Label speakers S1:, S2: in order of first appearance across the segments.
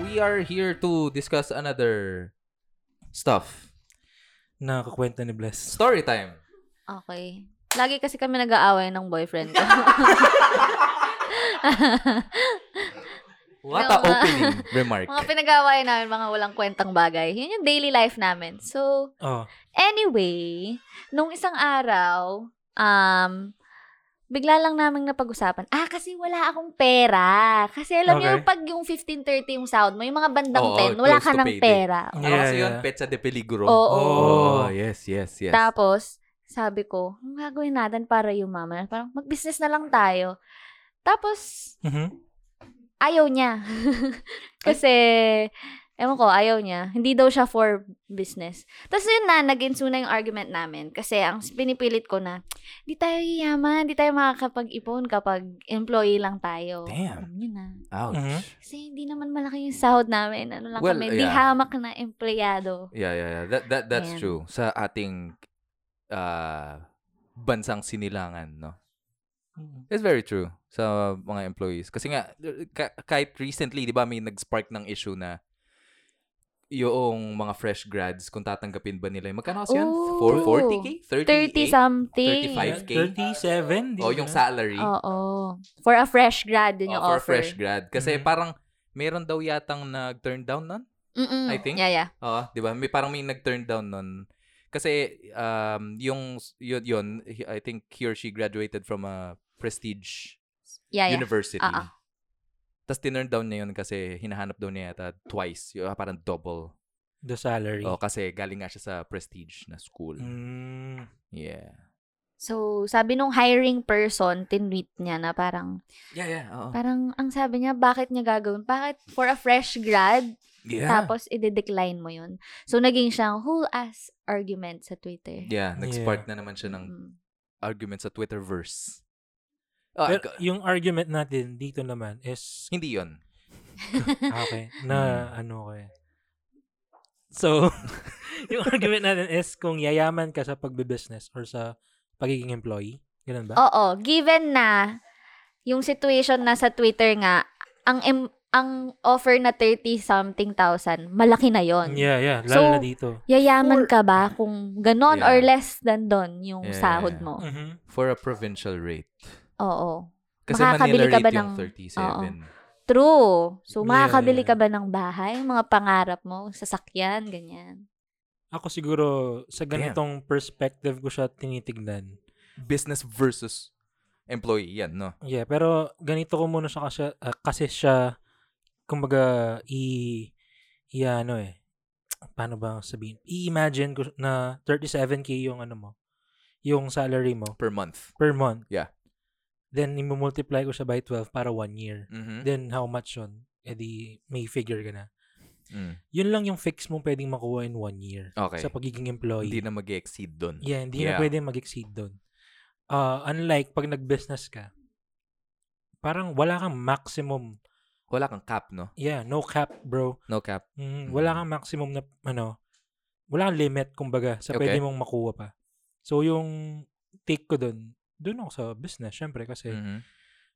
S1: we are here to discuss another stuff.
S2: Nakakakwenta ni Bless.
S1: Story time.
S3: Okay. Lagi kasi kami nag-aaway ng boyfriend ko.
S1: What a
S3: No, ma-
S1: opening remark.
S3: mga pinag-aaway namin, mga walang kwentang bagay. Yun yung daily life namin. So,
S2: Oh.
S3: anyway, nung isang araw, um, bigla lang naming napag-usapan, ah, kasi wala akong pera. Kasi alam
S2: Okay.
S3: niyo, yung pag yung 15.30 yung sound mo, yung mga bandang
S1: Oo,
S3: 10, wala
S1: close
S3: ka
S1: to
S3: ng
S1: payday.
S3: pera.
S1: Ano
S2: Yeah,
S1: kasi yun?
S2: yeah.
S1: Petsa de peligro.
S3: Oo.
S1: Oh, yes, yes, yes.
S3: Tapos, sabi ko, anong gagawin natin para yumaman? Parang mag-business na lang tayo. Tapos,
S2: Mhm.
S3: ayaw niya. Kasi, ewan ko, ayaw niya. Hindi daw siya for business. Tapos yun na, naging suna yung argument namin. Kasi ang pinipilit ko na, di tayo yayaman, di tayo makakapag-ipon kapag employee lang tayo.
S1: Damn.
S3: Alam niyo na.
S1: Ouch.
S2: Mhm.
S3: Kasi hindi naman malaki yung sahod namin. Ano lang
S1: Well,
S3: kami,
S1: yeah.
S3: di hamak na empleyado.
S1: Yeah, yeah, yeah. That, that, that's
S3: Ayan.
S1: true. Sa ating uh, bansang sinilangan, no? It's very true sa mga employees. Kasi nga, ka- kahit recently, di ba, may nag-spark ng issue na yung mga fresh grads, kung tatanggapin ba nila. yung- Magkano kasi yun?
S3: Oh.
S1: 440K?
S3: 30
S1: 38?
S3: something.
S1: 35K.
S2: 37? di
S1: O
S2: ba?
S1: Oh, yung salary.
S3: Oo. For a fresh grad, yun
S1: Oh,
S3: yung
S1: for
S3: offer.
S1: fresh grad. Kasi
S2: Mhm.
S1: parang meron daw yatang nag-turn down nun.
S3: Mm-mm.
S1: I think.
S3: Yeah, yeah.
S1: Oo, 'di ba? May parang may nag-turn down nun. Kasi um yung yun, yun he- I think he or she graduated from a prestige
S3: Yeah, yeah.
S1: university.
S3: Ah, ah.
S1: Tapos tinurn down niya yun kasi hinahanap daw niya yata twice. Yung ah, parang double.
S2: The salary.
S1: O, kasi galing nga siya sa prestige na school.
S2: Mm.
S1: Yeah.
S3: So, sabi nung hiring person, tinweet niya na parang,
S1: Yeah, yeah. Oo.
S3: parang ang sabi niya, bakit niya gagawin? Bakit for a fresh grad,
S1: Yeah.
S3: tapos i-decline mo yun? So, naging siyang whole ass argument sa Twitter.
S1: Yeah, nag-spark na naman siya ng
S3: Mm.
S1: argument sa Twitterverse. Ah,
S2: Pero
S1: ikaw-
S2: yung argument natin dito naman is ah,
S1: hindi yun.
S2: okay
S1: Hmm.
S2: na ano ko eh. So, yung argument natin is kung yayaman ka sa pagbe-business or sa pagiging employee.
S1: Oh.
S2: Ganun ba?
S3: Oo, given na yung situation na sa Twitter nga, ang em- ang offer na 30 something thousand, malaki na yon.
S2: Yeah, yeah. Lalo
S3: So,
S2: na dito.
S3: Yayaman ka ba kung ganon
S1: Yeah.
S3: or less than don yung
S1: Yeah, yeah,
S3: sahod
S1: yeah.
S3: mo?
S2: Mhm.
S1: For a provincial rate.
S3: Oo.
S1: Kasi
S3: Makakabili
S1: Manila
S3: ka ba
S1: rate yung
S3: ng-
S1: 37.
S3: True. So,
S2: Yeah,
S3: makakabili
S2: yeah.
S3: ka ba ng bahay? Mga pangarap mo? Sasakyan? Ganyan.
S2: Ako siguro sa ganitong perspective ko siya tinitignan.
S1: business versus employee yan, no?
S2: Yeah, pero ganito ko muna siya kasi, ah, kasi siya kumbaga i i ano eh. Paano ba sabihin? I-imagine ko na 37k yung ano mo, yung salary mo
S1: Per month.
S2: per month.
S1: Yeah.
S2: Then i-multiply ko siya by 12 para one year.
S1: Mhm.
S2: Then how much yun? E di may figure ka na.
S1: Mm.
S2: Yun lang yung fix mo pwedeng makuha in one year
S1: Okay.
S2: sa pagiging employee.
S1: Hindi na mag exceed doon.
S2: Yeah, hindi
S1: Yeah.
S2: na pwede mag-exceed doon. Uh, unlike pag nag-business ka, parang wala kang maximum.
S1: Wala kang cap, no?
S2: Yeah, no cap, bro.
S1: No cap.
S2: Mm, wala kang maximum na, ano, wala kang limit, kumbaga, sa
S1: Okay.
S2: pwede mong makuha pa. So, yung take ko doon, doon ako sa business, syempre, kasi
S1: Mhm.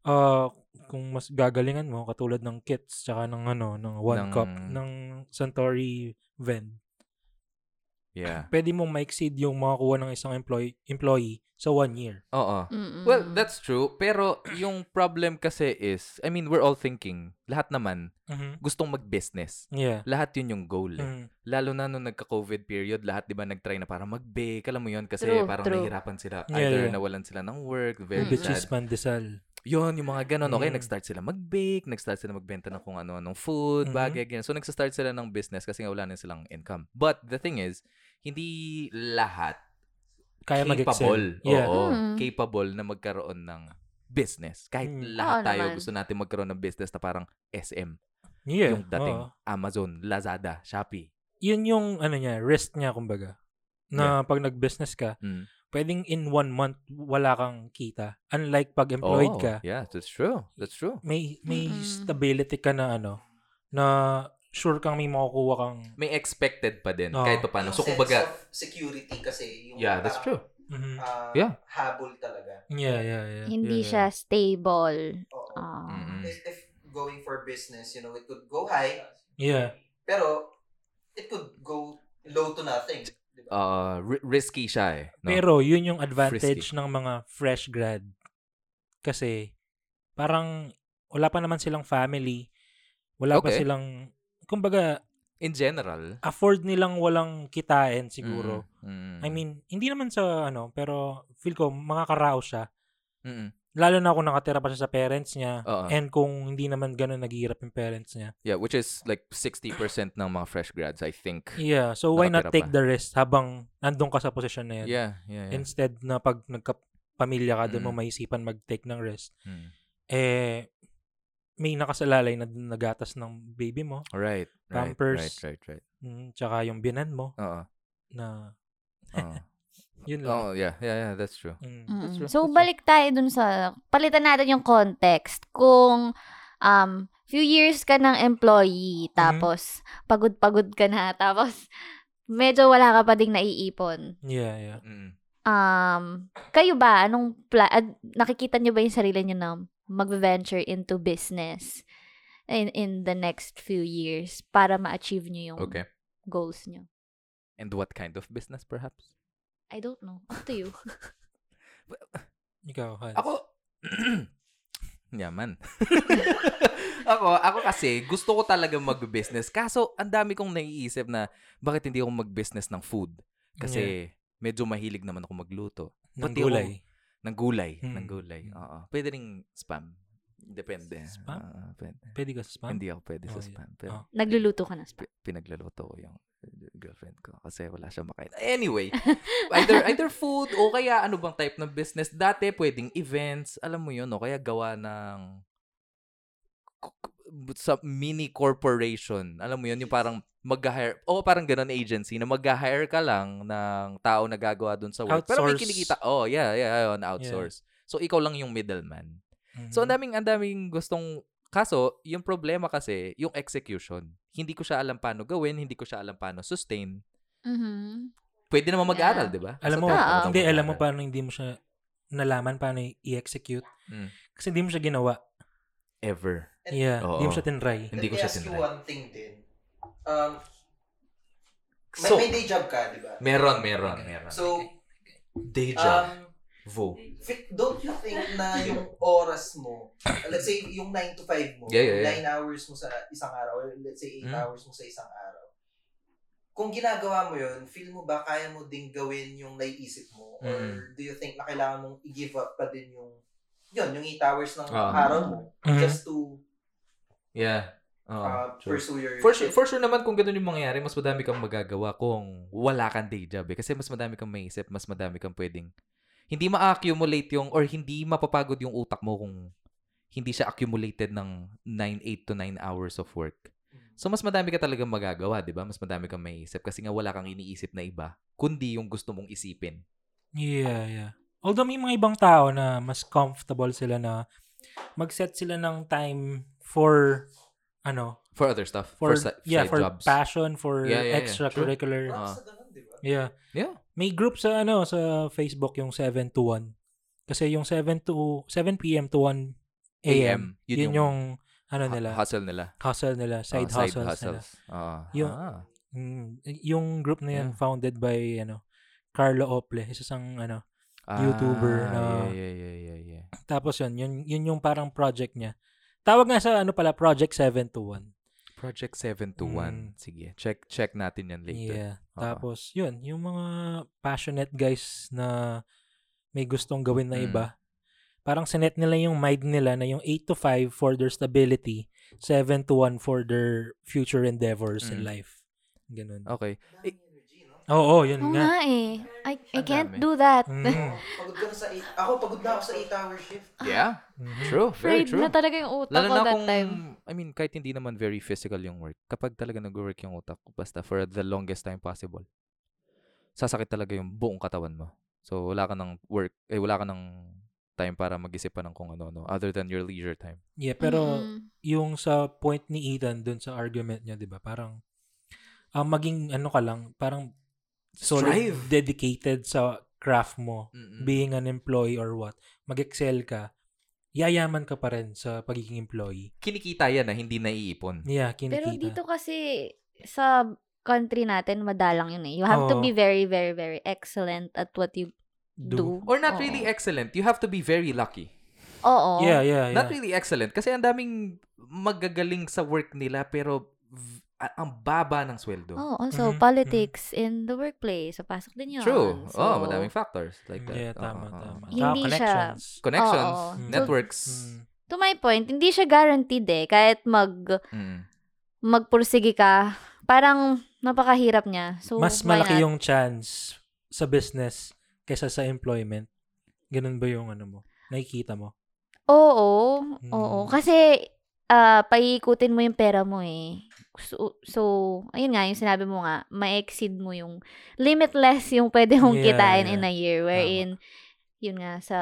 S2: uh, kung mas gagalingan mo, katulad ng kits, tsaka ng, ano, ng
S1: Ng-
S2: one cup, ng Suntory Vend,
S1: Yeah.
S2: pwede mong ma-exceed yung makakuha ng isang employee, employee sa one year.
S1: Oo.
S3: Mm-mm.
S1: Well, that's true. Pero yung problem kasi is, I mean, we're all thinking, lahat naman,
S2: Mhm.
S1: gustong mag-business.
S2: Yeah.
S1: Lahat yun yung goal. eh.
S2: Mm.
S1: Lalo na nung nagka-COVID period, lahat di ba nagtry na para mag-bake. Alam mo yun, kasi
S3: True,
S1: parang
S3: true.
S1: nahirapan sila.
S2: Yeah,
S1: Either
S2: yeah.
S1: nawalan sila ng work, very
S3: Mm. Which
S1: sad.
S2: Bitches Mandesal.
S1: Yun, yung mga ganun. Okay,
S2: Mm.
S1: nag-start sila mag-bake, nag-start sila magbenta
S2: Ah.
S1: ng kung ano-anong food,
S2: Mhm.
S1: bagay, ganyan. So, nag-start sila ng business kasi nga wala na silang income. But the thing is, hindi lahat
S2: Kaya mag-excel.
S1: capable.
S2: Yeah.
S1: Oo,
S3: Mm.
S1: capable na magkaroon ng business. Kahit
S2: Mm.
S1: lahat
S3: Oo
S1: tayo
S3: naman.
S1: gusto natin magkaroon ng business na parang SM.
S2: Yeah.
S1: Yung dating
S2: oo.
S1: Amazon, Lazada, Shopee.
S2: Yun yung ano niya, risk niya kumbaga. Na pag nag-business ka,
S1: Mm.
S2: pwedeng in one month wala kang kita. Unlike pag employed
S1: Oo,
S2: ka,
S1: Yeah, that's true. That's true.
S2: may may
S3: Mm-mm.
S2: stability ka na ano, na sure kang may makukuha kang
S1: May expected pa din
S2: Oo.
S1: kahit pa paano. So,
S4: Yung
S1: kumbaga,
S4: sense of security kasi yung
S1: yeah, that's true.
S4: parang,
S2: Mhm.
S4: ah,
S1: Yeah.
S4: habol talaga.
S2: Yeah, yeah, yeah. yeah,
S3: Hindi
S2: yeah.
S3: siya stable.
S4: Oo.
S3: Ah.
S1: Mm-mm.
S4: If, if going for business, you know, it could go high,
S2: Yeah.
S4: Pero, it could go low to nothing. di ba?
S1: Uh, ri- risky siya eh. No?
S2: Pero yun yung advantage ng mga fresh grad. Kasi parang wala pa naman silang family. Wala pa
S1: Okay.
S2: silang kumbaga
S1: In general.
S2: afford nilang walang kitain siguro.
S1: Mm, mm,
S2: I mean, hindi naman sa ano, pero feel ko makakarao siya.
S1: mm, mm.
S2: Lalo na kung nakatira pa siya sa parents niya
S1: Oo.
S2: uh, and kung hindi naman ganun naghihirap yung parents niya.
S1: Yeah, which is like 60% ng mga fresh grads, I think.
S2: Yeah, so why not
S1: Nakatira
S2: take
S1: pa.
S2: the risk habang nandun ka sa posisyon na yun?
S1: Yeah, yeah, yeah.
S2: Instead na pag nagkapamilya ka, doon mo
S1: Mm.
S2: maisipan mag-take ng risk.
S1: Mm.
S2: Eh, may nakasalalay na dun nagatas ng baby mo,
S1: Right, right,
S2: Pampers.
S1: right, right, right.
S2: mm, tsaka yung binan mo,
S1: Oo.
S2: na
S1: Oo.
S2: yun lang.
S1: Oo, yeah, yeah, yeah, that's true.
S2: Mm.
S3: Mm.
S1: true,
S3: So,
S1: that's
S3: balik tayo dun sa, palitan natin yung context. Kung, um, few years ka ng
S2: Mm-hmm.
S3: employee, tapos, pagod-pagod ka na, tapos, medyo wala ka pa ding naiipon.
S2: Yeah, yeah.
S1: Mm.
S3: Um, kayo ba, anong, pla- ad- nakikita nyo ba yung sarili nyo na mag-venture into business in, in the next few years para ma-achieve nyo yung
S1: Okay.
S3: goals nyo?
S1: And what kind of business perhaps?
S3: I don't know. Up to you.
S2: Ikaw, Hans.
S1: Ako, yaman. ako, ako kasi, gusto ko talaga mag-business. Kaso, ang dami kong naiisip na, bakit hindi ako mag-business ng food? Kasi, medyo mahilig naman ako magluto.
S2: ng
S1: pati
S2: gulay.
S1: Ng gulay.
S2: Hmm.
S1: Ng gulay.
S2: Hmm.
S1: Oo. Pwede rin spam. Depende.
S2: Spam?
S1: Oo, pwede.
S2: Pwede ka sa spam?
S1: Hindi ako pwede sa
S2: Oh, yeah.
S1: spam. Pero
S2: Oh.
S3: Nagluluto ka na. Spa.
S1: pi- pinagluluto ko yung uh, girlfriend ko kasi wala siya makain. Anyway, either either food o kaya ano bang type ng business. Dati pwedeng events, alam mo yun, no? kaya gawa ng k- k- sa mini corporation. Alam mo yun, yung parang mag-hire, o parang ganun agency na mag-hire ka lang ng tao na gagawa dun sa work. Pero may
S2: Outsource.
S1: kinikita. Oh, yeah, yeah, yun, outsource. So, ikaw lang yung middleman. So, ang
S2: Mhm.
S1: daming, ang daming gustong, kaso, yung problema kasi, yung execution. Hindi ko siya alam paano gawin, hindi ko siya alam paano sustain.
S3: Mhm.
S1: Pwede naman mag-aral,
S3: Yeah.
S1: di ba?
S2: Alam mo,
S1: Kaso,
S3: Oo.
S1: dapat
S2: hindi,
S1: mag-aral.
S2: alam mo paano hindi mo siya nalaman paano i- i-execute.
S1: Mm.
S2: Kasi hindi mo siya ginawa.
S1: Ever.
S2: Yeah,
S1: Oo.
S2: hindi mo siya tinry.
S1: Hindi
S4: Let
S1: ko
S4: me
S1: siya
S4: ask you
S1: tinry.
S4: one thing din. Um, may,
S1: So,
S4: may day job ka, di ba?
S1: meron, meron, meron. Ah.
S4: So,
S1: day job.
S4: um,
S1: Vo.
S4: fi- don't you think na yung oras mo, let's say yung 9 to 5 mo,
S1: Yeah, yeah, yeah.
S4: 9 hours mo sa isang araw, or let's say 8
S1: Mm.
S4: hours mo sa isang araw, kung ginagawa mo yun, feel mo ba kaya mo ding gawin yung naiisip mo? Or
S1: Mm.
S4: do you think na kailangan mong i-give up pa din yung, yun, yung 8 hours ng
S1: Ah.
S4: araw mo,
S2: Mhm.
S4: just to
S1: Yeah. Oo,
S4: uh,
S1: Ah, true.
S4: pursue your...
S1: For sure, for sure naman kung ganun yung mangyayari, mas madami kang magagawa kung wala kang day job eh. Kasi mas madami kang maisip, mas madami kang pwedeng hindi ma-accumulate yung or hindi mapapagod yung utak mo kung hindi siya accumulated ng 9, 8 to 9 hours of work.
S2: Mm.
S1: So, mas madami ka talagang magagawa, di ba? Mas madami kang maiisip kasi nga wala kang iniisip na iba, kundi yung gusto mong isipin.
S2: Yeah, yeah. Although may mga ibang tao na mas comfortable sila na mag-set sila ng time for ano,
S1: For other stuff. For,
S2: for,
S1: si-
S2: yeah,
S1: side
S2: for
S1: jobs.
S2: passion, for
S1: Yeah, yeah, yeah.
S2: extracurricular.
S4: Parang
S1: Ah.
S4: sa ganun, di ba?
S2: Yeah.
S1: Yeah.
S2: May group sa ano sa Facebook yung 7 to 1. Kasi yung 7 to 7 PM to 1 AM,
S1: AM.
S2: yun,
S1: Yun
S2: yung,
S1: yung
S2: ano
S1: Ha-
S2: nila,
S1: hustle nila.
S2: hustle nila,
S1: Ah,
S2: side, hustles, nila.
S1: Oo.
S2: Yung-
S1: Ah.
S2: Mm, yung group na yan
S1: Yeah.
S2: founded by ano Carlo Ople, isa sang ano.
S1: Ah,
S2: YouTuber na-
S1: Yeah, yeah, yeah, yeah, yeah.
S2: Tapos yun, yun, yun yung parang project niya. Tawag nga sa ano pala, Project 7 to 1.
S1: Project 7 to
S2: Mm.
S3: Hmm.
S1: 1. Sige, check check natin yan later.
S2: Yeah.
S1: Oo.
S2: Tapos yun, yung mga passionate guys na may gustong gawin na
S1: Mm.
S2: iba, parang sinet nila yung mind nila na yung 8 to 5 for their stability, 7 to 1 for their future endeavors in
S1: Mm. Ah.
S2: life. Ganun.
S1: Okay.
S4: Daming energy, no?
S2: Oo, oh, yun
S3: Oo
S2: nga.
S3: nga eh. I, I
S1: Ang
S3: can't
S1: dami.
S3: do that.
S2: Mm.
S4: Pagod ka na sa 8... Ako, pagod na ako sa 8-hour shift.
S1: Yeah,
S2: Mhm.
S1: true. Very
S3: Afraid
S1: true.
S3: na talaga yung utak
S1: Lalo
S3: ko
S1: na
S3: that
S1: kung,
S3: time.
S1: I mean, kahit hindi naman very physical yung work, kapag talaga nag-work yung utak, basta for the longest time possible, sasakit talaga yung buong katawan mo. So, wala ka ng work, eh, wala ka ng time para mag-isip pa ng kung ano-ano, other than your leisure time.
S2: Yeah, pero
S3: Mm.
S2: yung sa point ni Ethan dun sa argument niya, 'di ba? Parang ah, maging ano ka lang, parang solid
S1: Strive.
S2: dedicated sa craft mo,
S1: Mm-mm.
S3: Mm.
S2: being an employee or what. Mag-excel ka. yayaman ka pa rin sa pagiging employee.
S1: Kinikita yan na hindi naiipon.
S2: Yeah,
S3: Pero
S2: kinikita.
S3: dito kasi sa country natin, madalang yun eh. You have to
S2: Oo.
S3: be very, very, very excellent at what you do.
S1: Or not
S3: Oo.
S1: really excellent. You have to be very lucky.
S3: Oo.
S2: Yeah, yeah, yeah.
S1: Not really excellent. Kasi ang daming magagaling sa work nila pero v- a- ang baba ng sweldo.
S3: Oh, also,
S2: Mhm,
S3: politics in the workplace. So, pasok din yun.
S1: Mm-hmm. True.
S3: So,
S1: oh, madaming factors like that.
S2: Mm, yeah,
S1: Oo,
S2: tama,
S1: oo,
S2: tama.
S1: oo.
S3: Hindi
S2: Tsaka
S3: siya-
S2: connections.
S1: Connections,
S3: Oo.
S2: So-
S1: networks.
S2: Mm.
S3: To my point, hindi siya guaranteed eh. Kahit mag,
S2: Hmm.
S1: Mm.
S3: magpursige ka, parang napakahirap niya. So,
S2: Mas
S3: why
S2: malaki
S3: not?
S2: yung chance sa business kaysa sa employment. Ganun ba yung ano mo? Nakikita mo?
S3: Oo.
S2: Mm.
S3: Oo. Kasi, ah paikutin mo yung pera mo eh. So, so, ayun nga, yung sinabi mo nga, ma-exceed mo yung limitless yung pwede mong
S2: Yeah,
S3: kitain
S2: yeah.
S3: in a year. Wherein, yun nga, sa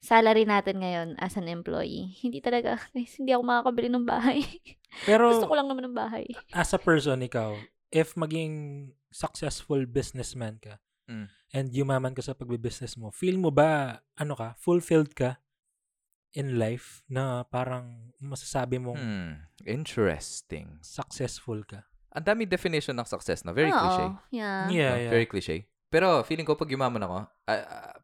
S3: salary natin ngayon as an employee, hindi talaga, guys, hindi ako makakabili ng bahay.
S2: Pero
S3: Gusto ko lang naman ng bahay.
S2: as a person ikaw, if maging successful businessman ka
S1: Mm.
S2: and yumaman ka sa pagbe-business mo, feel mo ba ano ka, fulfilled ka in life na parang masasabi mong
S1: Hmm. Interesting.
S2: successful ka?
S1: Ang daming definition ng success na. Very
S3: Oo,
S1: cliche.
S3: Yeah.
S2: Yeah,
S1: No,
S2: yeah.
S1: Ah, Very cliche. Pero feeling ko pag yumaman ako, ah, ah,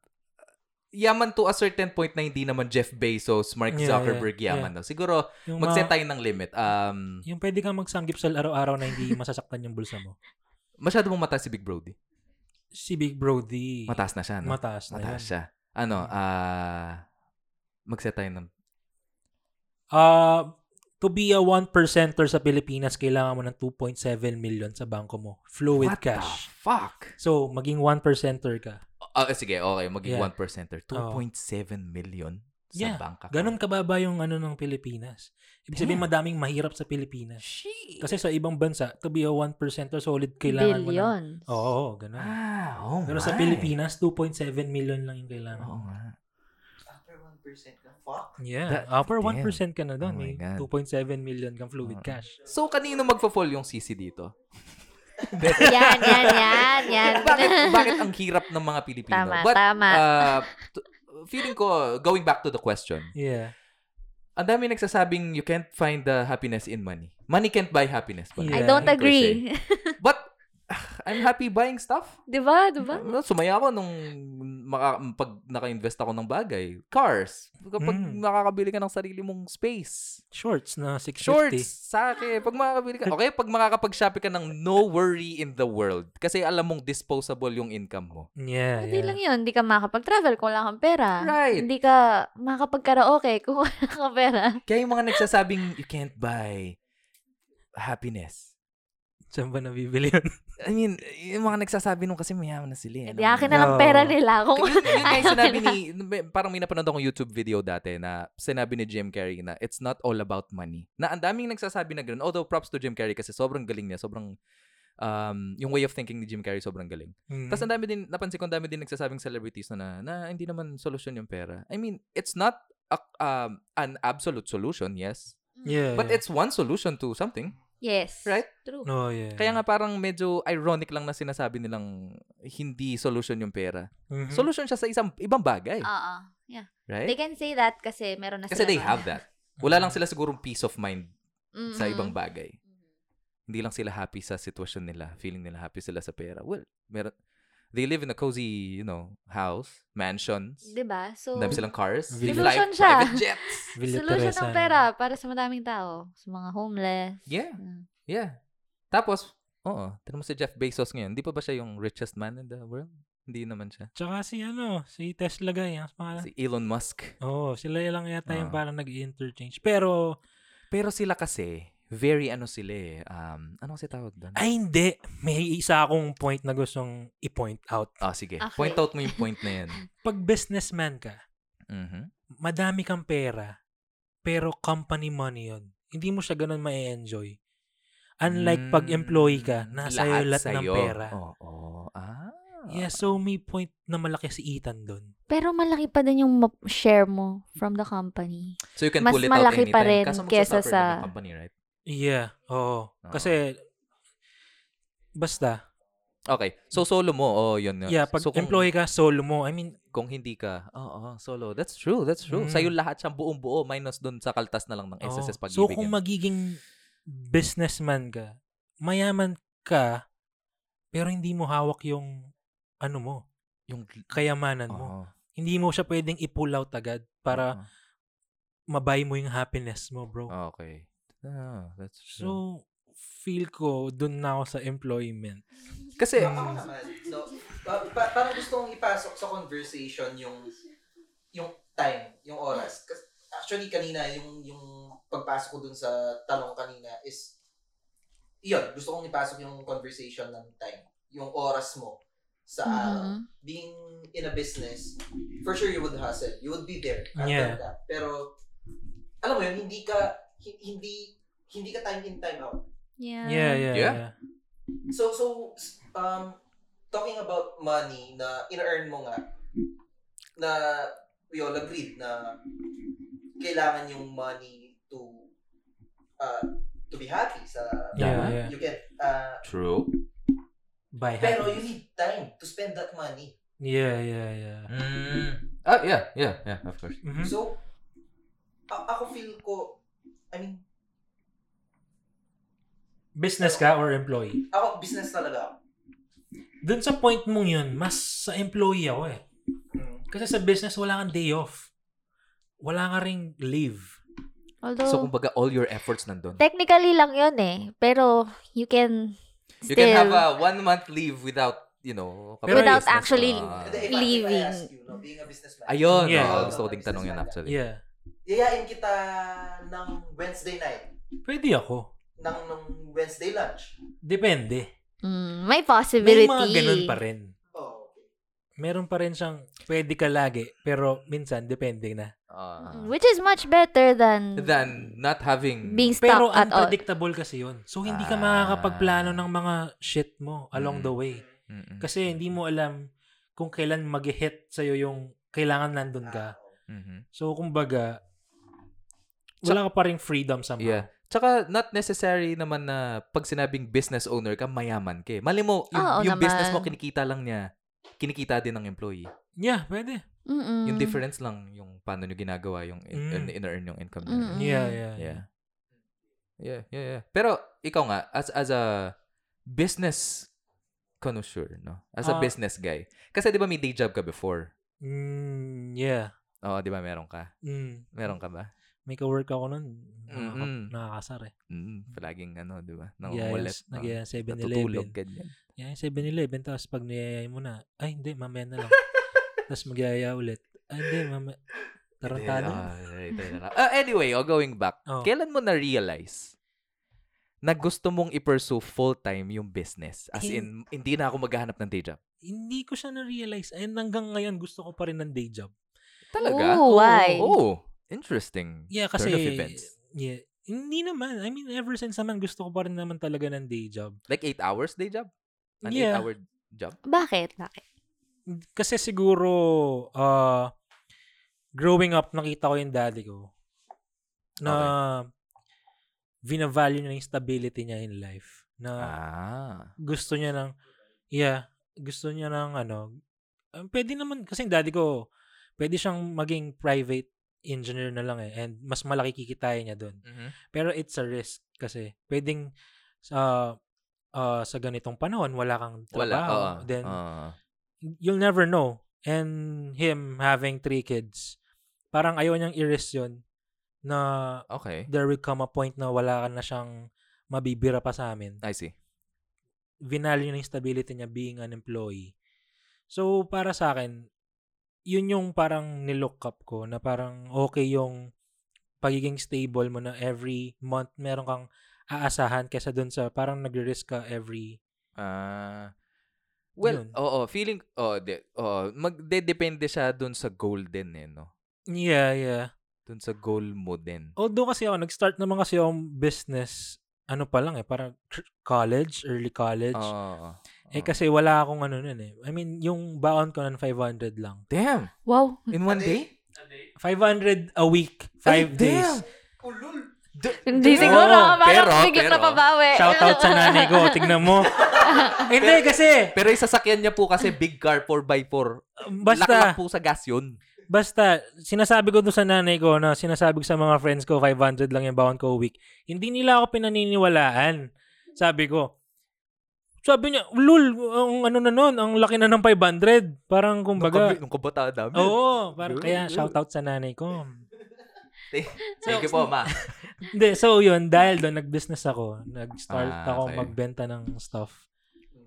S1: yaman to a certain point na hindi naman Jeff Bezos, Mark
S2: Yeah,
S1: Zuckerberg
S2: yeah,
S1: yaman daw. Siguro,
S2: Yung, ma-
S1: mag-set tayo ng limit. Um,
S2: yung pwede kang magsanggip sa araw-araw na hindi masasaktan yung bulsa mo.
S1: masyado mong mataas si Big Brody.
S2: Si Big Brody.
S1: Mataas na siya, no?
S2: Mataas na
S1: Mataas
S2: yun.
S1: siya. Ano, ah, mag-set tayo ng...
S2: Ah, to be a one percenter sa Pilipinas, kailangan mo ng 2.7 million sa bangko mo. Fluid
S1: What
S2: cash.
S1: the fuck?
S2: So, maging one percenter ka.
S1: Ah, sige, okay. Maging
S2: Yeah.
S1: 1%er. 2.7 million sa
S2: Yeah,
S1: bank account.
S2: Ganon kababa yung ano ng Pilipinas. Ibig sabihin,
S1: Yeah.
S2: madaming mahirap sa Pilipinas.
S1: Hmm. Shit!
S2: Kasi sa ibang bansa, to be a one percenter solid, kailangan mo ng...
S3: Billions.
S2: Oo, oo, ganon.
S1: Ah, oh
S2: Pero sa
S1: my.
S2: Pilipinas, 2.7 million lang yung kailangan.
S1: Oo nga.
S4: After 1% na, fuck.
S2: Yeah, ah,
S1: That-
S2: upper
S1: damn.
S2: 1% ka na eh. doon.
S1: Oh my
S2: may
S1: God. Oh.
S2: 2.7 million kang fluid
S1: Oo.
S2: cash.
S1: So, kanino magpa-fall yung CC dito?
S3: yan, yan, yan, yan.
S1: bakit, bakit ang hirap ng mga Pilipino?
S3: tama,
S1: But,
S3: tama.
S2: Ah,
S1: uh, t- feeling ko, going back to the question,
S2: Yeah.
S1: ang dami nagsasabing you can't find the happiness in money. Money can't buy happiness. pala.
S3: I
S2: yeah,
S3: don't
S1: per se.
S3: agree.
S1: But, ah, I'm happy buying stuff.
S3: diba, diba?
S1: Ah, Sumaya ako nung maka, pag naka-invest ako ng bagay. Cars. Kapag
S2: Mm.
S3: Hmm.
S1: nakakabili ka ng sarili mong space.
S2: Shorts na 650.
S1: Shorts, sake.
S3: Ah.
S1: Pag makakabili ka. Okay, pag makakapag-shopping ka ng no worry in the world. Kasi alam mong disposable yung income mo.
S2: Yeah,
S3: Hindi
S2: yeah.
S3: lang yun. Hindi ka makakapag-travel kung wala kang pera.
S1: Right.
S3: Ah. Hindi ka makakapag-karaoke kung wala kang pera.
S1: Kaya yung mga nagsasabing, you can't buy happiness.
S2: Saan ba nabibili yun?
S1: I mean, yung mga nagsasabi nung kasi mayaman na sila. eh.
S3: Hindi akin na lang
S2: No.
S3: pera nila. Kung
S1: yun, yun nga yung
S3: ayaw
S1: sinabi
S3: nila.
S1: ni, may- parang may napanood akong YouTube video dati na sinabi ni Jim Carrey na it's not all about money. Na ang daming nagsasabi na gano'n. Although props to Jim Carrey kasi sobrang galing niya. Sobrang, um, yung way of thinking ni Jim Carrey sobrang galing.
S2: Mm.
S3: Mm-hmm.
S1: Tapos ang dami din, napansin ko ang dami din nagsasabing celebrities na, na, na hindi naman solusyon yung pera. I mean, it's not a, um, an absolute solution, yes.
S2: yeah,
S1: But
S2: yeah.
S1: it's one solution to something.
S3: Yes.
S1: Right?
S3: True.
S2: No, Oh, yeah.
S1: Kaya nga parang medyo ironic lang na sinasabi nilang hindi solution yung pera.
S3: Mm-hmm.
S2: Mhm.
S1: Solution siya sa isang ibang bagay,
S3: Oo. They
S1: right?
S3: can say that kasi meron na
S1: Kasi
S3: sila
S1: they
S3: nun.
S1: have that. Wala lang sila sigurong peace of mind
S3: Mm. Mm-mm.
S1: sa ibang bagay. Hindi lang sila happy sa sitwasyon nila. Feeling nila happy sila sa pera. Well, meron, they live in a cozy, you know, house, mansions.
S3: Diba? So,
S1: Dami silang cars.
S2: Villa.
S1: They fly
S3: Solution siya.
S1: private jets.
S2: Villa
S3: solution
S2: Teresa,
S3: ng
S2: no?
S3: pera para sa madaming tao. Sa mga homeless.
S1: Yeah,
S3: Mm.
S1: yeah. Tapos, oo, tanong mo si Jeff Bezos ngayon, di pa ba siya yung richest man in the world? Hindi naman siya.
S2: Tsaka si ano, si Tesla guy, ang pangalan.
S1: Si Elon Musk.
S2: Oo, oh, sila lang yata yung
S1: Oo.
S2: parang nag-interchange. Pero,
S1: Pero sila kasi, very ano sila eh. Um, ano kasi tawag doon?
S2: ay hindi. May isa akong point na gustong i-point out.
S1: Ah, sige.
S3: Okay.
S1: Point out mo yung point na yan.
S2: Pag businessman ka,
S1: Mhm.
S2: madami kang pera, pero company money yon. Hindi mo siya ganun ma-enjoy. Unlike pag
S1: Mm,
S2: employee ka, nasa iyo lahat ng
S1: sa'yo.
S2: pera.
S1: Oo. Ah.
S2: Yeah, so may point na malaki si Ethan doon.
S3: Pero malaki pa din yung ma- share mo from the company.
S1: So you can
S3: Mas
S1: pull it out
S3: malaki
S1: anytime.
S3: pa rin
S1: Kaso
S3: kesa
S1: magsasuffer
S3: sa-
S1: din yung company, right?
S2: Yeah, oo.
S1: Oo.
S2: Kasi, basta,
S1: Okay. So, solo mo. Oh, yun. yun.
S2: Yeah, pag
S1: so, kung,
S2: employee ka, solo mo. I mean,
S1: Kung hindi ka, oo, oh, solo. That's true. That's true.
S2: Mm.
S1: Sa'yo lahat siyang buong buo minus dun sa kaltas na lang ng
S2: oo.
S1: SSS pag-ibig.
S2: Oh. so kung
S1: yan.
S2: magiging businessman ka, mayaman ka, pero hindi mo hawak yung ano mo,
S1: yung
S2: kayamanan mo.
S1: Oo.
S2: Hindi mo siya pwedeng i-pull out agad para
S1: Oo.
S2: mabay mo yung happiness mo, bro.
S1: Okay. Ah, that's true.
S2: So, feel ko, dun na ako sa employment.
S1: kasi,
S4: Ako naman. So, pa- pa- parang gusto kong ipasok sa conversation yung yung time, yung oras. Kasi actually kanina yung yung pagpasok ko dun sa tanong kanina is yun, gusto kong ipasok yung conversation ng time, yung oras mo sa araw.
S3: Mhm.
S4: being in a business, for sure you would hustle. You would be there. I've
S2: Yeah.
S4: done that. Pero alam mo yun, hindi ka hi- hindi hindi ka time in time out.
S3: Yeah.
S2: Yeah, yeah,
S1: Yeah.
S2: yeah.
S4: So, so, um, talking about money na in-earn mo nga, na we all agreed na kailangan yung money to uh, to be happy sa
S2: Yeah, yeah.
S4: you get uh,
S1: True.
S2: By
S4: pero
S2: happiness.
S4: you need time to spend that money
S2: Yeah, yeah, yeah.
S1: Mm. Ah, yeah, yeah, yeah, of course.
S2: Mhm.
S4: so a- ako feel ko I mean
S2: Business ka or employee?
S4: ako business talaga ako
S2: Dun sa point mong yun, mas sa employee ako eh.
S4: Mm.
S2: Kasi sa business, wala kang day off. Wala ka ring leave.
S3: Although,
S1: So, kumbaga, all your efforts nandun.
S3: technically lang yun eh. Pero, you can
S1: You
S3: still,
S1: can have a one-month leave without, you know, kapag
S3: Without
S1: business.
S3: actually-
S1: Ah.
S4: And if I- if I
S3: Leaving.
S4: ask you, no, being a businessman
S1: ayun,
S2: Yeah.
S1: yeah. gusto ko ding tanong yan
S4: Businessman
S1: actually.
S2: Yeah.
S4: ka. yayain kita ng Wednesday night
S2: Pwede ako.
S4: ng nung Wednesday lunch.
S2: Depende.
S3: Mm, may
S2: May
S3: possibility.
S2: mga ganun pa rin.
S4: Oh, okay.
S2: Meron pa rin siyang pwede ka lagi, pero minsan depende na.
S1: Ah.
S3: Uh, Which is much better than
S1: than not having
S3: being stuck
S2: Pero
S3: at all.
S2: unpredictable kasi yun. So, hindi ka
S1: Ah.
S2: makakapagplano ng mga shit mo along
S1: Mm.
S2: the way.
S1: Mm-mm.
S2: Kasi hindi mo alam kung kailan mag-hit sa'yo yung kailangan nandun ka.
S1: Mhm.
S2: So, kumbaga, wala ka pa rin freedom sa
S1: Yeah. Tsaka not necessary naman na pag sinabing business owner ka, mayaman ka. eh. Mali mo, yung,
S3: Oo
S1: yung business mo
S3: naman.
S1: kinikita lang niya, kinikita din ng employee.
S2: Yeah, pwede.
S3: Mm-mm.
S1: Yung difference lang yung paano nyo ginagawa yung in-
S2: Mm.
S1: in- in-earn yung income niya.
S3: Mm-mm.
S2: Yeah, yeah.
S1: Yeah. Yeah, yeah, yeah. Pero ikaw nga as as a business connoisseur, no? As a
S2: Ah.
S1: business guy. Kasi 'di ba may day job ka before?
S2: Mm, yeah.
S1: Oo, 'di ba meron ka?
S2: Mm.
S1: Meron ka ba?
S2: May ka-work ako nun. Nakaka-
S1: Mm-mm.
S2: Nakakasar eh.
S1: Mm, palaging ano, 'di ba? Nang
S2: Yeah,
S1: wallet.
S2: yes. Nag-yeah, 7-Eleven.
S1: natutulog ganyan.
S2: Yeah, 7-Eleven. Tapos pag niyayay mo na, ay hindi, mamaya na lang. Tapos magyaya ulit. Ay hindi, mamaya. Tarantado.
S1: Ah, right, right, right. Ah, anyway, oh, going back.
S2: Oh.
S1: Kailan mo na-realize na gusto mong i-pursue full-time yung business? As in, hindi na ako maghahanap ng day job.
S2: Hindi ko siya na-realize. And hanggang ngayon, gusto ko pa rin ng day job.
S1: Talaga?
S3: Ooh, why?
S1: Oh, interesting.
S2: Yeah,
S1: turn
S2: kasi...
S1: of events.
S2: Yeah. Hindi naman. I mean, ever since naman, gusto ko pa rin naman talaga ng day job.
S1: Like eight hours day job? An
S2: Yeah.
S1: eight-hour job?
S3: Bakit? Bakit?
S2: Kasi siguro, uh, growing up, nakita ko yung daddy ko na vina-value niya yung stability niya in life. Na
S1: Ah.
S2: gusto niya ng, yeah, gusto niya ng ano, um, pwede naman, kasi yung daddy ko, pwede siyang maging private engineer na lang eh, and mas malaki kikitain niya doon. Pero it's a risk kasi pwedeng sa ah, sa ganitong panahon wala kang
S1: Wala.
S2: trabaho.
S1: oo.
S2: Then
S1: Oo.
S2: you'll never know. And him having three kids, parang ayaw niyang i-risk yun na
S1: okay.
S2: there will come a point na wala ka na siyang mabibira pa sa amin.
S1: I see.
S2: Vinalue niya yung stability niya being an employee. So, para sa akin, yun yung parang nilook up ko na parang okay yung pagiging stable mo na every month meron kang aasahan kesa dun sa parang nagre-risk ka every
S1: Ah. well,
S2: Yun.
S1: oo, feeling, oo, de, oo, magdedepende siya dun sa goal din eh, no?
S2: Yeah, yeah.
S1: Dun sa goal mo din.
S2: Although kasi ako, nag-start naman kasi akong business, ano pa lang eh, parang tr- college, early college.
S1: Oo.
S2: eh kasi wala akong ano nun eh. I mean, yung baon ko nun 500 lang.
S1: Damn!
S3: Wow.
S1: In one day?
S2: 500 a week, 5
S1: Ay,
S2: days.
S1: damn!
S4: Ulul!
S1: D-
S3: Hindi
S1: Oo,
S3: siguro. parang
S1: pero-
S3: biglang
S1: pero-
S3: napabawi.
S2: Shout out sa nanay ko, tingnan mo. Hindi kasi,
S1: Pero yung sasakyan niya po kasi big car 4x4. Laklak
S2: basta,
S1: po sa gas yun.
S2: basta, sinasabi ko doon sa nanay ko na sinasabi ko sa mga friends ko, 500 lang yung bound ko a week. Hindi nila ako pinaniniwalaan. Sabi ko, sabi niya, lul, ang ano na nun, ang laki na ng 500. Parang kumbaga,
S1: Nung, kabi- nung kabata dami.
S2: oo, parang
S1: Lul,
S2: kaya
S1: lul.
S2: shoutout sa nanay ko.
S1: Thank you po, ma.
S2: Hindi, so yun, dahil doon, nag-business ako. Nag-start
S1: Ah,
S2: ako
S1: okay.
S2: magbenta ng stuff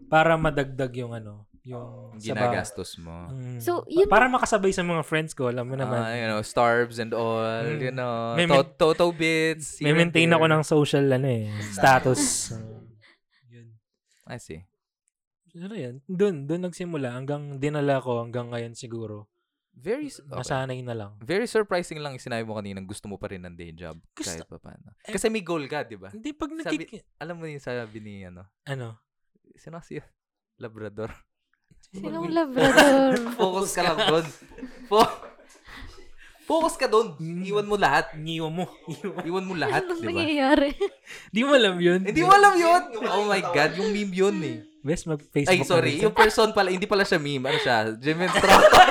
S2: para madagdag yung ano, yung sa ba-
S1: Ginagastos mo.
S2: Mm.
S3: So,
S2: Pa-
S3: yun-
S2: Para makasabay sa mga friends ko, alam mo naman.
S1: Ah, you know, starbs and all,
S2: Mm.
S1: you know,
S2: May
S1: to-
S2: main-
S1: toto bits. here
S2: may
S1: and
S2: maintain
S1: there.
S2: ako ng social ano eh, status. So, yun.
S1: I see.
S2: Ano yan? Doon, doon nagsimula. Hanggang dinala ko, hanggang ngayon siguro.
S1: Very, s- okay.
S2: Nasanay na lang.
S1: very surprising lang yung sinabi mo kanina, gusto mo pa rin ng day job.
S2: Gusto- eh-
S1: kahit pa paano. Kasi may goal ka, di ba?
S2: Hindi, pag
S1: Sabi-
S2: nakik...
S1: Alam mo yung sabi ni, ano,
S2: Ano?
S1: sino kasi yun? Labrador.
S3: Sinong labrador?
S1: Focus ka lang doon. Fo- Focus ka doon.
S2: Hmm.
S1: Iwan mo lahat.
S2: Ngiwa mo. Ngiwa.
S1: Iwan mo lahat,
S3: Anong
S1: di ba?
S3: nangyayari?
S2: Di mo alam yun.
S1: Hindi mo alam yun. Oh my God, yung meme yun eh.
S2: Best mag-Facebook.
S1: Ay, sorry. Yung
S2: Yung...
S1: person pala, hindi pala siya meme. Ano siya? Gym instructor.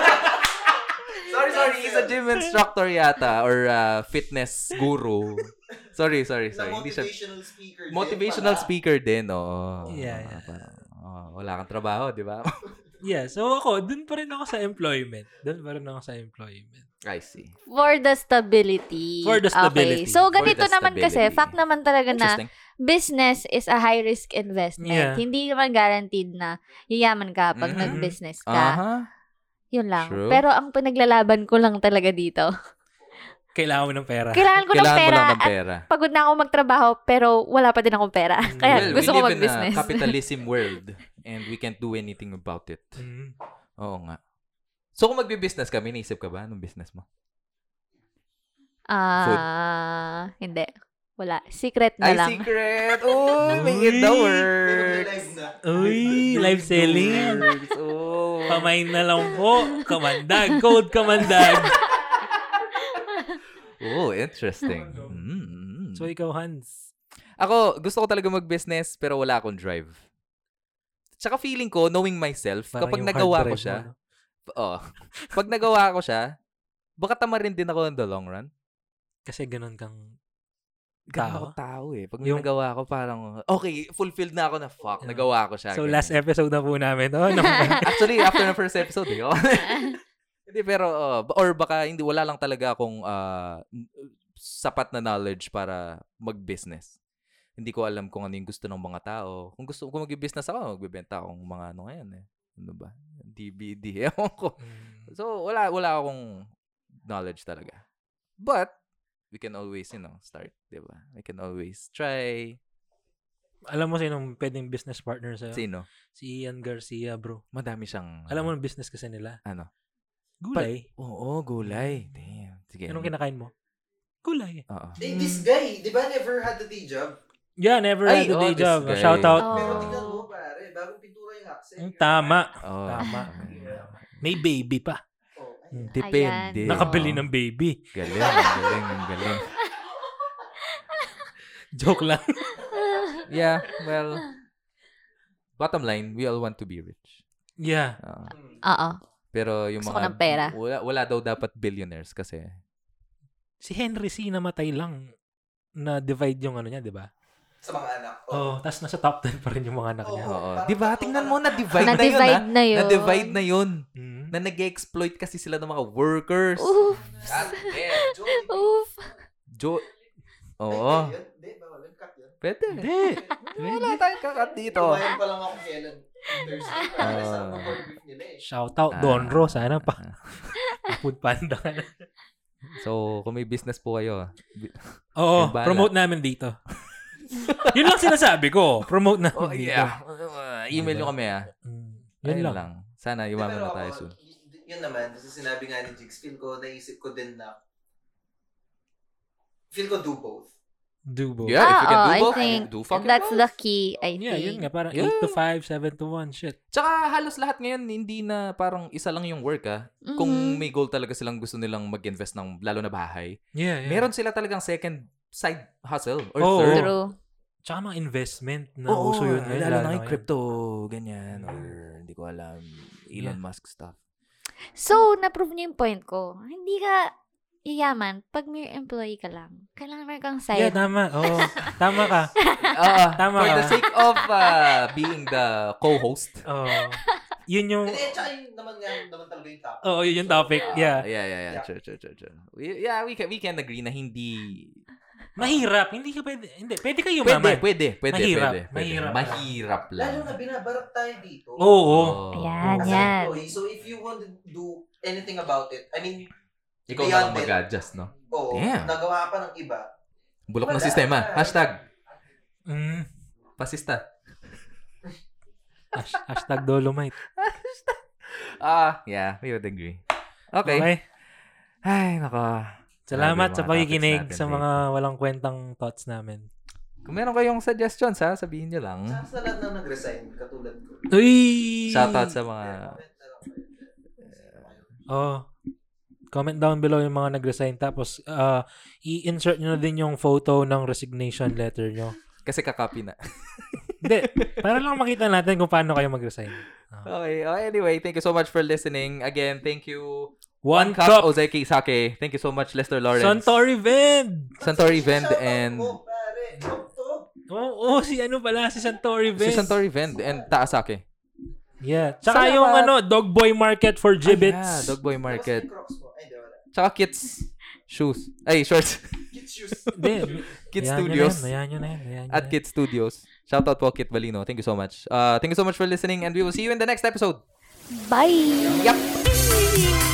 S1: sorry, sorry. He's a gym instructor yata or uh, fitness guru. Sorry, sorry,
S4: Na
S1: sorry. Hindi siya
S4: motivational speaker. din
S1: motivational
S4: pala.
S1: speaker din, oo.
S2: Yeah, yeah.
S1: Parang, oo, wala kang trabaho, di ba?
S2: Yeah, so ako, doon pa rin ako sa employment. Doon pa rin ako sa employment.
S1: I see.
S3: For the stability.
S2: For the stability.
S3: Okay. So,
S1: For the
S3: ganito naman kasi,
S1: stability.
S3: fact naman talaga na
S1: Interesting.
S3: business is a high-risk investment.
S2: Yeah.
S3: Hindi naman guaranteed na yayaman ka pag
S1: Mhm.
S3: nag-business ka.
S1: Aha.
S3: Yun lang.
S1: True.
S3: Pero ang pinaglalaban ko lang talaga dito.
S2: Kailangan mo ng pera.
S3: Kailangan ko ng
S1: Kailangan mo
S3: pera
S1: lang ng
S3: at
S1: pera.
S3: pagod na ako magtrabaho pero wala pa din akong pera. Kaya
S2: Mm, Well, ah,
S3: gusto ko
S1: we live in
S3: mag-business.
S1: a capitalism world and we can't do anything about it.
S2: Mm.
S1: Oo nga. So kung magbi-business ka, may naisip ka ba? Anong business mo?
S3: Ah, hindi. Wala. Secret na
S1: Ay,
S3: lang.
S1: secret! Oh, may it the
S2: Uy!
S4: Pero may
S1: works!
S4: live na.
S2: Uy, live selling.
S1: Oh.
S2: Pamain na lang po. Kamandag. Code kamandag.
S1: oh, interesting. Mm.
S2: so, ikaw, Hans.
S1: Ako, gusto ko talaga mag-business pero wala akong drive. Tsaka feeling ko, knowing myself,
S2: Parang
S1: kapag
S2: yung hard
S1: nagawa ko
S2: drive mo,
S1: siya,
S2: no?
S1: oo. pag nagawa ko siya, baka tama rin din ako in the long run.
S2: Kasi ganun kang...
S1: Ganun
S2: Tao?
S1: ako tao eh. Pag
S2: Yung-
S1: nagawa ko, parang, okay, fulfilled na ako na fuck,
S2: Yeah.
S1: nagawa ko siya.
S2: So,
S1: ganun.
S2: last episode na po namin. Oh, no.
S1: Actually, after the first episode, eh. oh. hindi, pero, oh, b- or baka, hindi, wala lang talaga akong ah, n- sapat na knowledge para mag-business. Hindi ko alam kung ano yung gusto ng mga tao. Kung gusto, kung mag-business ako, magbebenta akong mga ano ngayon eh. Ano ba? DVD, ewan ko.
S2: Mm.
S1: So, wala, wala akong knowledge talaga. But, we can always, you know, start, di ba? We can always try.
S2: Alam mo sinong pwedeng business partner sa'yo? Si,
S1: Sino?
S2: Ian Garcia, bro.
S1: Madami siyang...
S2: Alam mo ang business kasi nila?
S1: Ah. Ano?
S2: Gulay.
S1: Oo, gulay. Damn. Sige.
S2: Anong kinakain mo? Gulay.
S1: Oo.
S4: Eh, This guy, di ba never had a day job?
S2: Yeah, never
S1: Ay,
S2: had a
S1: oh,
S2: day
S1: this
S2: job.
S1: guy.
S2: Shout out.
S3: Oh.
S4: Pero tingnan mo, pare, bagong pintura yung accent.
S2: Ang Tama.
S1: Oh,
S2: Tama. May baby pa.
S4: Oh, ay.
S2: Mm.
S1: Depende.
S3: Ayan.
S2: Nakabili ng baby.
S1: Galing, galing, galing.
S2: Joke lang.
S1: Yeah, well, bottom line, we all want to be rich.
S2: yeah.
S1: Oo.
S4: Mm.
S3: Oo.
S1: pero yung
S3: Gusto ko
S1: mga...
S3: ng pera.
S1: Wala, wala daw dapat billionaires kasi...
S2: Si Henry C. namatay lang na divide yung ano niya, di ba?
S4: Sa mga anak.
S2: Oh, tas nasa top 10 pa rin yung mga anak niya.
S4: Oo.
S1: Oo. Di ba? Tingnan mo, na-divide, na yun,
S3: Na-divide
S2: ah.
S1: ha?
S3: na yun.
S1: Na-divide na yun.
S2: Mm.
S1: Na nag-exploit kasi sila ng mga workers.
S3: Oof.
S4: God damn, Joey.
S3: Oof.
S1: Jo...
S4: Ay,
S1: Oo.
S4: yun. Hindi, bawal. yun. Cut yun.
S1: Pwede.
S2: Hindi.
S1: Wala tayong kakat dito.
S4: Kumain pa lang ako kailan. Thursday. Pare,
S1: Ah.
S4: sarap ng corned beef nila eh.
S2: Shout out
S1: Ah.
S2: Don Ro, sana pa. Food panda ka na.
S1: So, kung may business po kayo, Yung
S2: Oo,
S1: bala.
S2: promote namin dito. Yun lang sinasabi ko. Promote namin
S1: oh,
S2: dito.
S1: yeah. Uh, email nyo kami, ah.
S2: Mm, Yun
S1: Ayun
S2: lang.
S1: Sana yumaman
S4: Pero
S1: na
S4: ako,
S1: tayo soon.
S4: y- Yun naman, kasi sinabi nga ni Jigs, feel ko, naisip ko din na, feel ko do both.
S2: Dubo.
S1: Yeah, if you can do
S3: Oo, Ah, oh, I
S1: both,
S3: think
S1: do fucking
S3: That's
S1: both.
S3: the key, I
S2: Yeah, yun
S3: think.
S2: nga. Parang
S1: Yeah.
S2: 8 to 5, 7 to 1. Shit.
S1: Tsaka halos lahat ngayon, hindi na parang isa lang yung work, ah. Kung
S3: Mhm.
S1: may goal talaga silang gusto nilang mag-invest ng lalo na bahay,
S2: Yeah, yeah.
S1: meron sila talagang second side hustle or
S2: Oo.
S1: third.
S3: True.
S2: Tsaka mga investment na
S1: Oo,
S2: uso yun ngayon.
S1: lalo na
S2: ngayon.
S1: yung crypto, ganyan, or hindi ko alam, Elon
S2: Yeah.
S1: Musk stuff.
S3: So, na-prove niyo yung point ko. Hindi ka yayaman pag mere employee ka lang. Kailangan meron kang side.
S2: Yeah, tama. Oo. tama ka.
S1: Ah,
S2: Tama
S1: for the
S2: ka.
S1: sake of uh, being the co-host.
S2: Oo. Yun yung...
S4: Hindi, tsaka yun naman yan, naman talaga yung topic.
S2: Oo, yun yung topic.
S1: Ah,
S2: Yeah.
S1: yeah, yeah, yeah.
S4: Yeah.
S1: True, true, true, true. We, yeah, we can, we can agree na hindi...
S2: Mahirap. Hindi ka pwede... Hindi. Pwede ka
S1: Pwede,
S2: yumaman.
S1: pwede, pwede,
S2: Mahirap,
S1: pwede, pwede.
S2: mahirap lang.
S1: Mahirap lang.
S4: Lalo na binabarak tayo dito.
S2: Oo. oo.
S1: Oo.
S2: Oh.
S3: Ayan,
S4: As
S3: yan.
S4: an employee, so if you want to do anything about it, I mean,
S1: Ikaw na
S4: Beyond
S1: ang
S4: it.
S1: mag-adjust, no?
S4: oo,
S1: Damn.
S4: nagawa pa ng iba.
S1: Bulok ng
S4: Wala.
S1: sistema. Hashtag,
S2: Mm.
S1: pasista.
S2: Hash- Hashtag Dolomite.
S1: Ah, yeah, we would agree. Okay.
S2: Okay.
S1: Ay, naka.
S2: Salamat
S1: Grabe,
S2: sa
S1: mga
S2: pakikinig
S1: topics
S2: sa
S1: natin
S2: mga walang kwentang thoughts namin.
S1: Kung meron kayong suggestions, ha, sabihin nyo lang.
S4: Tsaka sa lahat na nag-resign, katulad ko.
S2: Uy!
S1: Shoutout sa mga...
S4: Comment na lang kayo.
S2: Oh. Comment down below yung mga nag-resign. Tapos, uh, i-insert nyo na din yung photo ng resignation letter nyo.
S1: Kasi kakapi na.
S2: Hindi. Para lang makita natin kung paano kayo mag-resign.
S1: Okay. Oh, anyway, thank you so much for listening. Again, thank you.
S2: One Cup,
S1: Ozeki Sake. Thank you so much, Lester Lawrence.
S2: Suntory Vend!
S1: Suntory Vend
S4: Shoutout Oh,
S1: and...
S4: mo, pare. Doktor.
S2: Oo, oh, si ano pala, si Suntory
S1: Si
S2: Vend.
S1: Suntory Vend and Taasake.
S2: Yeah. Tsaka
S1: Salamat.
S2: yung ano, Dog Boy Market for Gibbets.
S1: Ah, yeah, Dogboy
S4: Tapos yung
S1: Market.
S4: Crocs mo. Ay, di wala.
S1: Tsaka Kids Shoes. Ay, shorts.
S4: Kids shoes.
S2: Hindi.
S1: Kids
S2: Ayan nyo na
S1: Studios.
S2: yan, Ayan nyo na yan. ayan nyo
S1: At
S2: na yan.
S1: Kit Studios. Shoutout po, Kit Valino. Thank you so much. Uh, thank you so much for listening and we will see you in the next episode.
S3: Bye!
S1: Yep.